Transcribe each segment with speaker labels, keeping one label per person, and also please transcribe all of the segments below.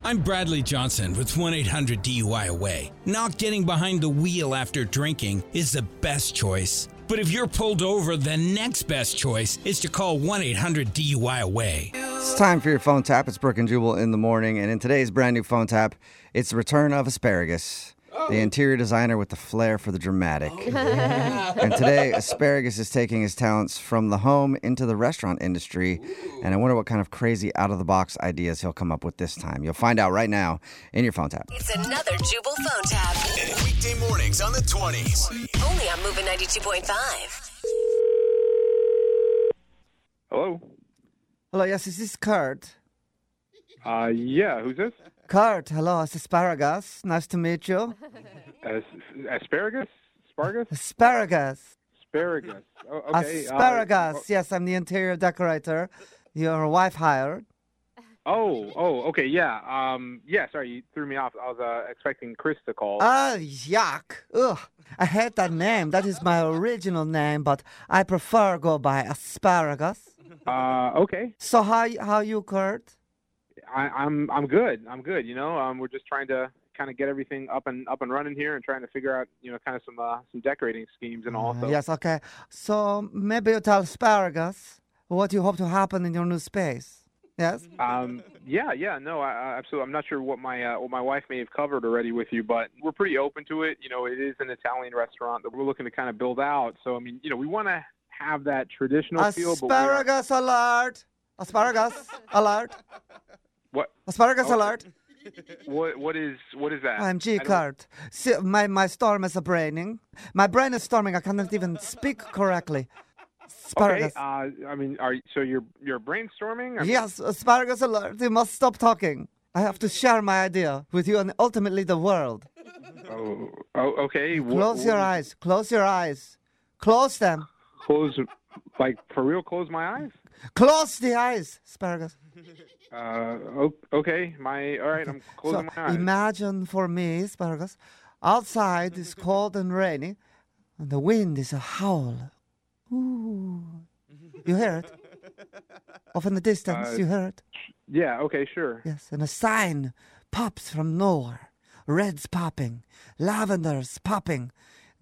Speaker 1: I'm Bradley Johnson with 1 800 DUI Away. Not getting behind the wheel after drinking is the best choice. But if you're pulled over, the next best choice is to call 1 800 DUI Away.
Speaker 2: It's time for your phone tap. It's Brooke and Jubal in the morning, and in today's brand new phone tap, it's the return of asparagus. The
Speaker 3: Oh.
Speaker 2: interior designer with the flair for the dramatic. and today, asparagus is taking his talents from the home into the restaurant industry. And I wonder what kind of crazy out of the box ideas he'll come up with this time. You'll find out right now in your phone tap.
Speaker 4: It's another Jubal phone tab.
Speaker 5: Weekday mornings on the 20s.
Speaker 4: Only on Moving 92.5.
Speaker 3: Hello.
Speaker 2: Hello, yes, is this Kurt?
Speaker 3: Uh, yeah. Who's this?
Speaker 2: Kurt, hello, it's asparagus. Nice to meet you.
Speaker 3: As- asparagus? Asparagus?
Speaker 2: Asparagus.
Speaker 3: Asparagus. Oh, okay. uh,
Speaker 2: yes, I'm the interior decorator. Your wife hired.
Speaker 3: oh, oh. Okay. Yeah. Um. Yeah. Sorry, you threw me off. I was uh, expecting Chris to call.
Speaker 2: Ah, yuck. Ugh. I hate that name. That is my original name, but I prefer go by asparagus.
Speaker 3: Uh. Okay.
Speaker 2: So how y- how you Kurt?
Speaker 3: I, I'm. I'm good. I'm good. You know. Um. We're just trying to kind of get everything up and up and running here, and trying to figure out, you know, kind of some uh, some decorating schemes and all.
Speaker 2: Uh,
Speaker 3: so-
Speaker 2: yes, okay. So maybe you tell asparagus what you hope to happen in your new space. Yes.
Speaker 3: Um, yeah, yeah, no, I, I absolutely. I'm not sure what my uh, what my wife may have covered already with you, but we're pretty open to it. You know, it is an Italian restaurant that we're looking to kind of build out. So I mean, you know, we want to have that traditional feel. But we are-
Speaker 2: asparagus alert. Asparagus alert.
Speaker 3: what
Speaker 2: Asparagus
Speaker 3: Oh,
Speaker 2: alert.
Speaker 3: what what is what is that?
Speaker 2: I'm G
Speaker 3: I don't-
Speaker 2: Kurt. See, my my storm is a braining. My brain is storming. I cannot even speak correctly.
Speaker 3: Okay,
Speaker 2: Asparagus.
Speaker 3: uh, I mean, are so you're you're brainstorming? I mean,
Speaker 2: Yes, asparagus alert. You must stop talking. I have to share my idea with you and ultimately the world.
Speaker 3: Oh, oh, okay. wh-
Speaker 2: Close your
Speaker 3: wh-
Speaker 2: eyes. Close your eyes. Close them.
Speaker 3: Close, like for real. Close my eyes.
Speaker 2: Close the eyes, asparagus.
Speaker 3: Uh, o- okay, my all right. I'm
Speaker 2: So
Speaker 3: closing my eyes.
Speaker 2: imagine for me, asparagus, outside is cold and rainy, and the wind is a howl. Ooh. You hear it? Off in the distance,
Speaker 3: Uh,
Speaker 2: you hear it?
Speaker 3: yeah. Okay. Sure.
Speaker 2: Yes, and a sign pops from nowhere. Red's popping, lavender's popping,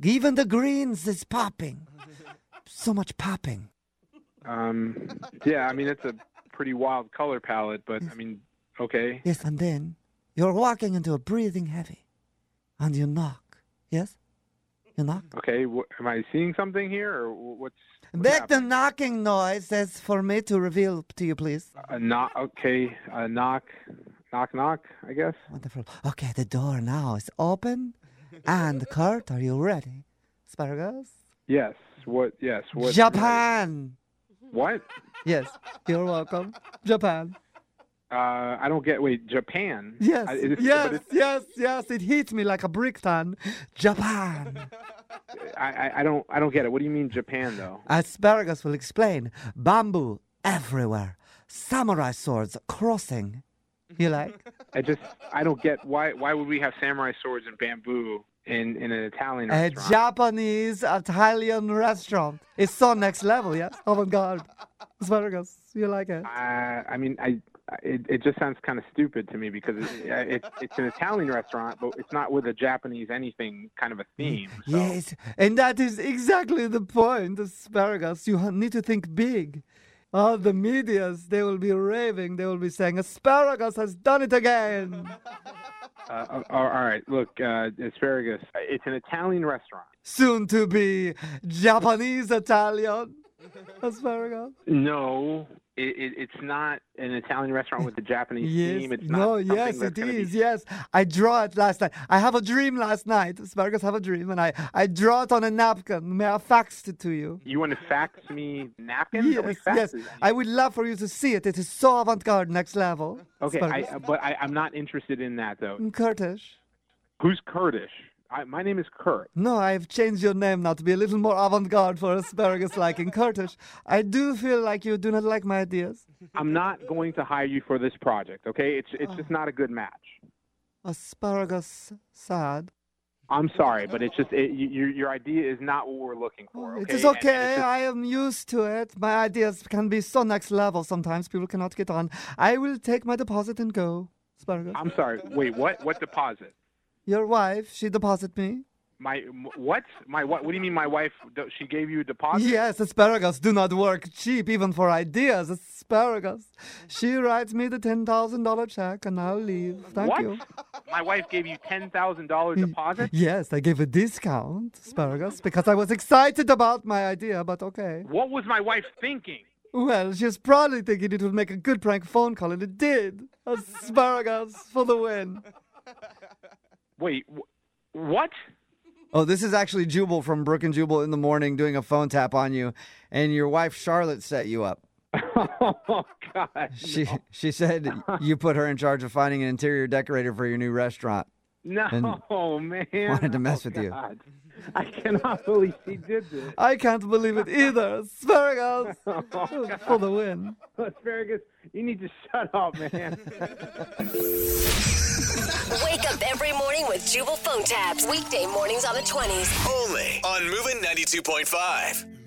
Speaker 2: even the greens is popping. So much popping.
Speaker 3: Um, yeah, I mean it's a pretty wild color palette, but I mean, okay.
Speaker 2: Yes, and then you're walking into a breathing heavy, and you knock. Yes, you knock.
Speaker 3: Okay, wh- am I seeing something here, or wh- what's, what's
Speaker 2: Make the
Speaker 3: happening?
Speaker 2: knocking noise as for me to reveal to you, please.
Speaker 3: a knock? Okay, a knock, knock, knock. I guess.
Speaker 2: Wonderful. Okay, the door now is open, and Kurt, are you ready? Asparagus.
Speaker 3: Yes. What? Yes. What?
Speaker 2: Japan.
Speaker 3: What?
Speaker 2: Yes, you're welcome. Japan.
Speaker 3: Uh, I don't get. Wait, Japan.
Speaker 2: Yes,
Speaker 3: I- it- but
Speaker 2: yes,
Speaker 3: it-
Speaker 2: yes, yes. It hits me like a brick ton. Japan.
Speaker 3: I, I, I don't. I don't get it. What do you mean Japan though?
Speaker 2: Asparagus will explain. Bamboo everywhere. Samurai swords crossing. You like?
Speaker 3: I just. I don't get why. Why would we have samurai swords and bamboo in in an Italian
Speaker 2: A
Speaker 3: restaurant?
Speaker 2: Japanese Italian restaurant. It's so next level, yeah? Avant garde. Asparagus. You like it?
Speaker 3: Uh, I mean, I it, it just sounds kind of stupid to me because it, it, it's an Italian restaurant, but it's not with a Japanese anything kind of a theme. So.
Speaker 2: Yes, and that is exactly the point, asparagus. You ha- need to think big. All the medias, they will be raving. They will be saying, asparagus has done it again.
Speaker 3: Uh, uh, all right, look, uh, asparagus. It's an Italian restaurant.
Speaker 2: Soon to be Japanese Italian. Asparagus.
Speaker 3: No, it, it, it's not an Italian restaurant with a Japanese
Speaker 2: Yes.
Speaker 3: theme. It's not
Speaker 2: No,
Speaker 3: something
Speaker 2: yes,
Speaker 3: that's
Speaker 2: it
Speaker 3: gonna
Speaker 2: is.
Speaker 3: Be,
Speaker 2: Yes. I draw it last night. I have a dream last night. Asparagus have a dream, and I, I draw it on a napkin. May I fax it to you?
Speaker 3: you want to fax me napkins? Nobody
Speaker 2: Yes, yes.
Speaker 3: faxes
Speaker 2: I would love for you to see it. It is so avant garde, next level.
Speaker 3: Okay,
Speaker 2: Asparagus.
Speaker 3: I, but I, I'm not interested in that though.
Speaker 2: Mm, Kurdish.
Speaker 3: Who's Kurdish? I, my name is Kurt.
Speaker 2: No, I've changed your name now to be a little more avant garde for asparagus liking Kurdish. I do feel like you do not like my ideas.
Speaker 3: I'm not going to hire you for this project. Okay, it's it's just not a good match.
Speaker 2: Asparagus sad.
Speaker 3: I'm sorry, but it's just it, you, your your idea is not what we're looking for.
Speaker 2: It
Speaker 3: Okay? And
Speaker 2: is Oh, okay,
Speaker 3: just-
Speaker 2: I am used to it. My ideas can be so next level sometimes people cannot get on. I will take my deposit and go. asparagus.
Speaker 3: I'm sorry. Wait, what? What deposit?
Speaker 2: Your wife, she deposit me.
Speaker 3: My m- what? My what? What do you mean? My wife? do- She gave you a deposit?
Speaker 2: Yes, asparagus do not work cheap even for ideas. Asparagus. She writes me the ten thousand dollar check and I'll leave. Thank
Speaker 3: what?
Speaker 2: you.
Speaker 3: My wife gave you ten thousand dollar deposit.
Speaker 2: Yes, I gave a discount, asparagus, because I was excited about my idea, but okay.
Speaker 3: What was my wife thinking?
Speaker 2: Well, she was probably thinking it would make a good prank phone call, and it did. Asparagus for the win.
Speaker 3: Wait, wh- what?
Speaker 2: Oh, this is actually Jubal from Brook and Jubal in the morning doing a phone tap on you, and your wife Charlotte set you up.
Speaker 3: oh God!
Speaker 2: She she said you put her in charge of finding an interior decorator for your new restaurant.
Speaker 3: No, man. Oh,
Speaker 2: wanted to mess with you.
Speaker 3: God. I cannot believe she did this.
Speaker 2: I can't believe it either. Asparagus for the win.
Speaker 3: Asparagus, you need to shut up, man.
Speaker 4: Wake up every morning with Jubal phone tabs. Weekday mornings on the 20s.
Speaker 5: Only on Moving 92.5.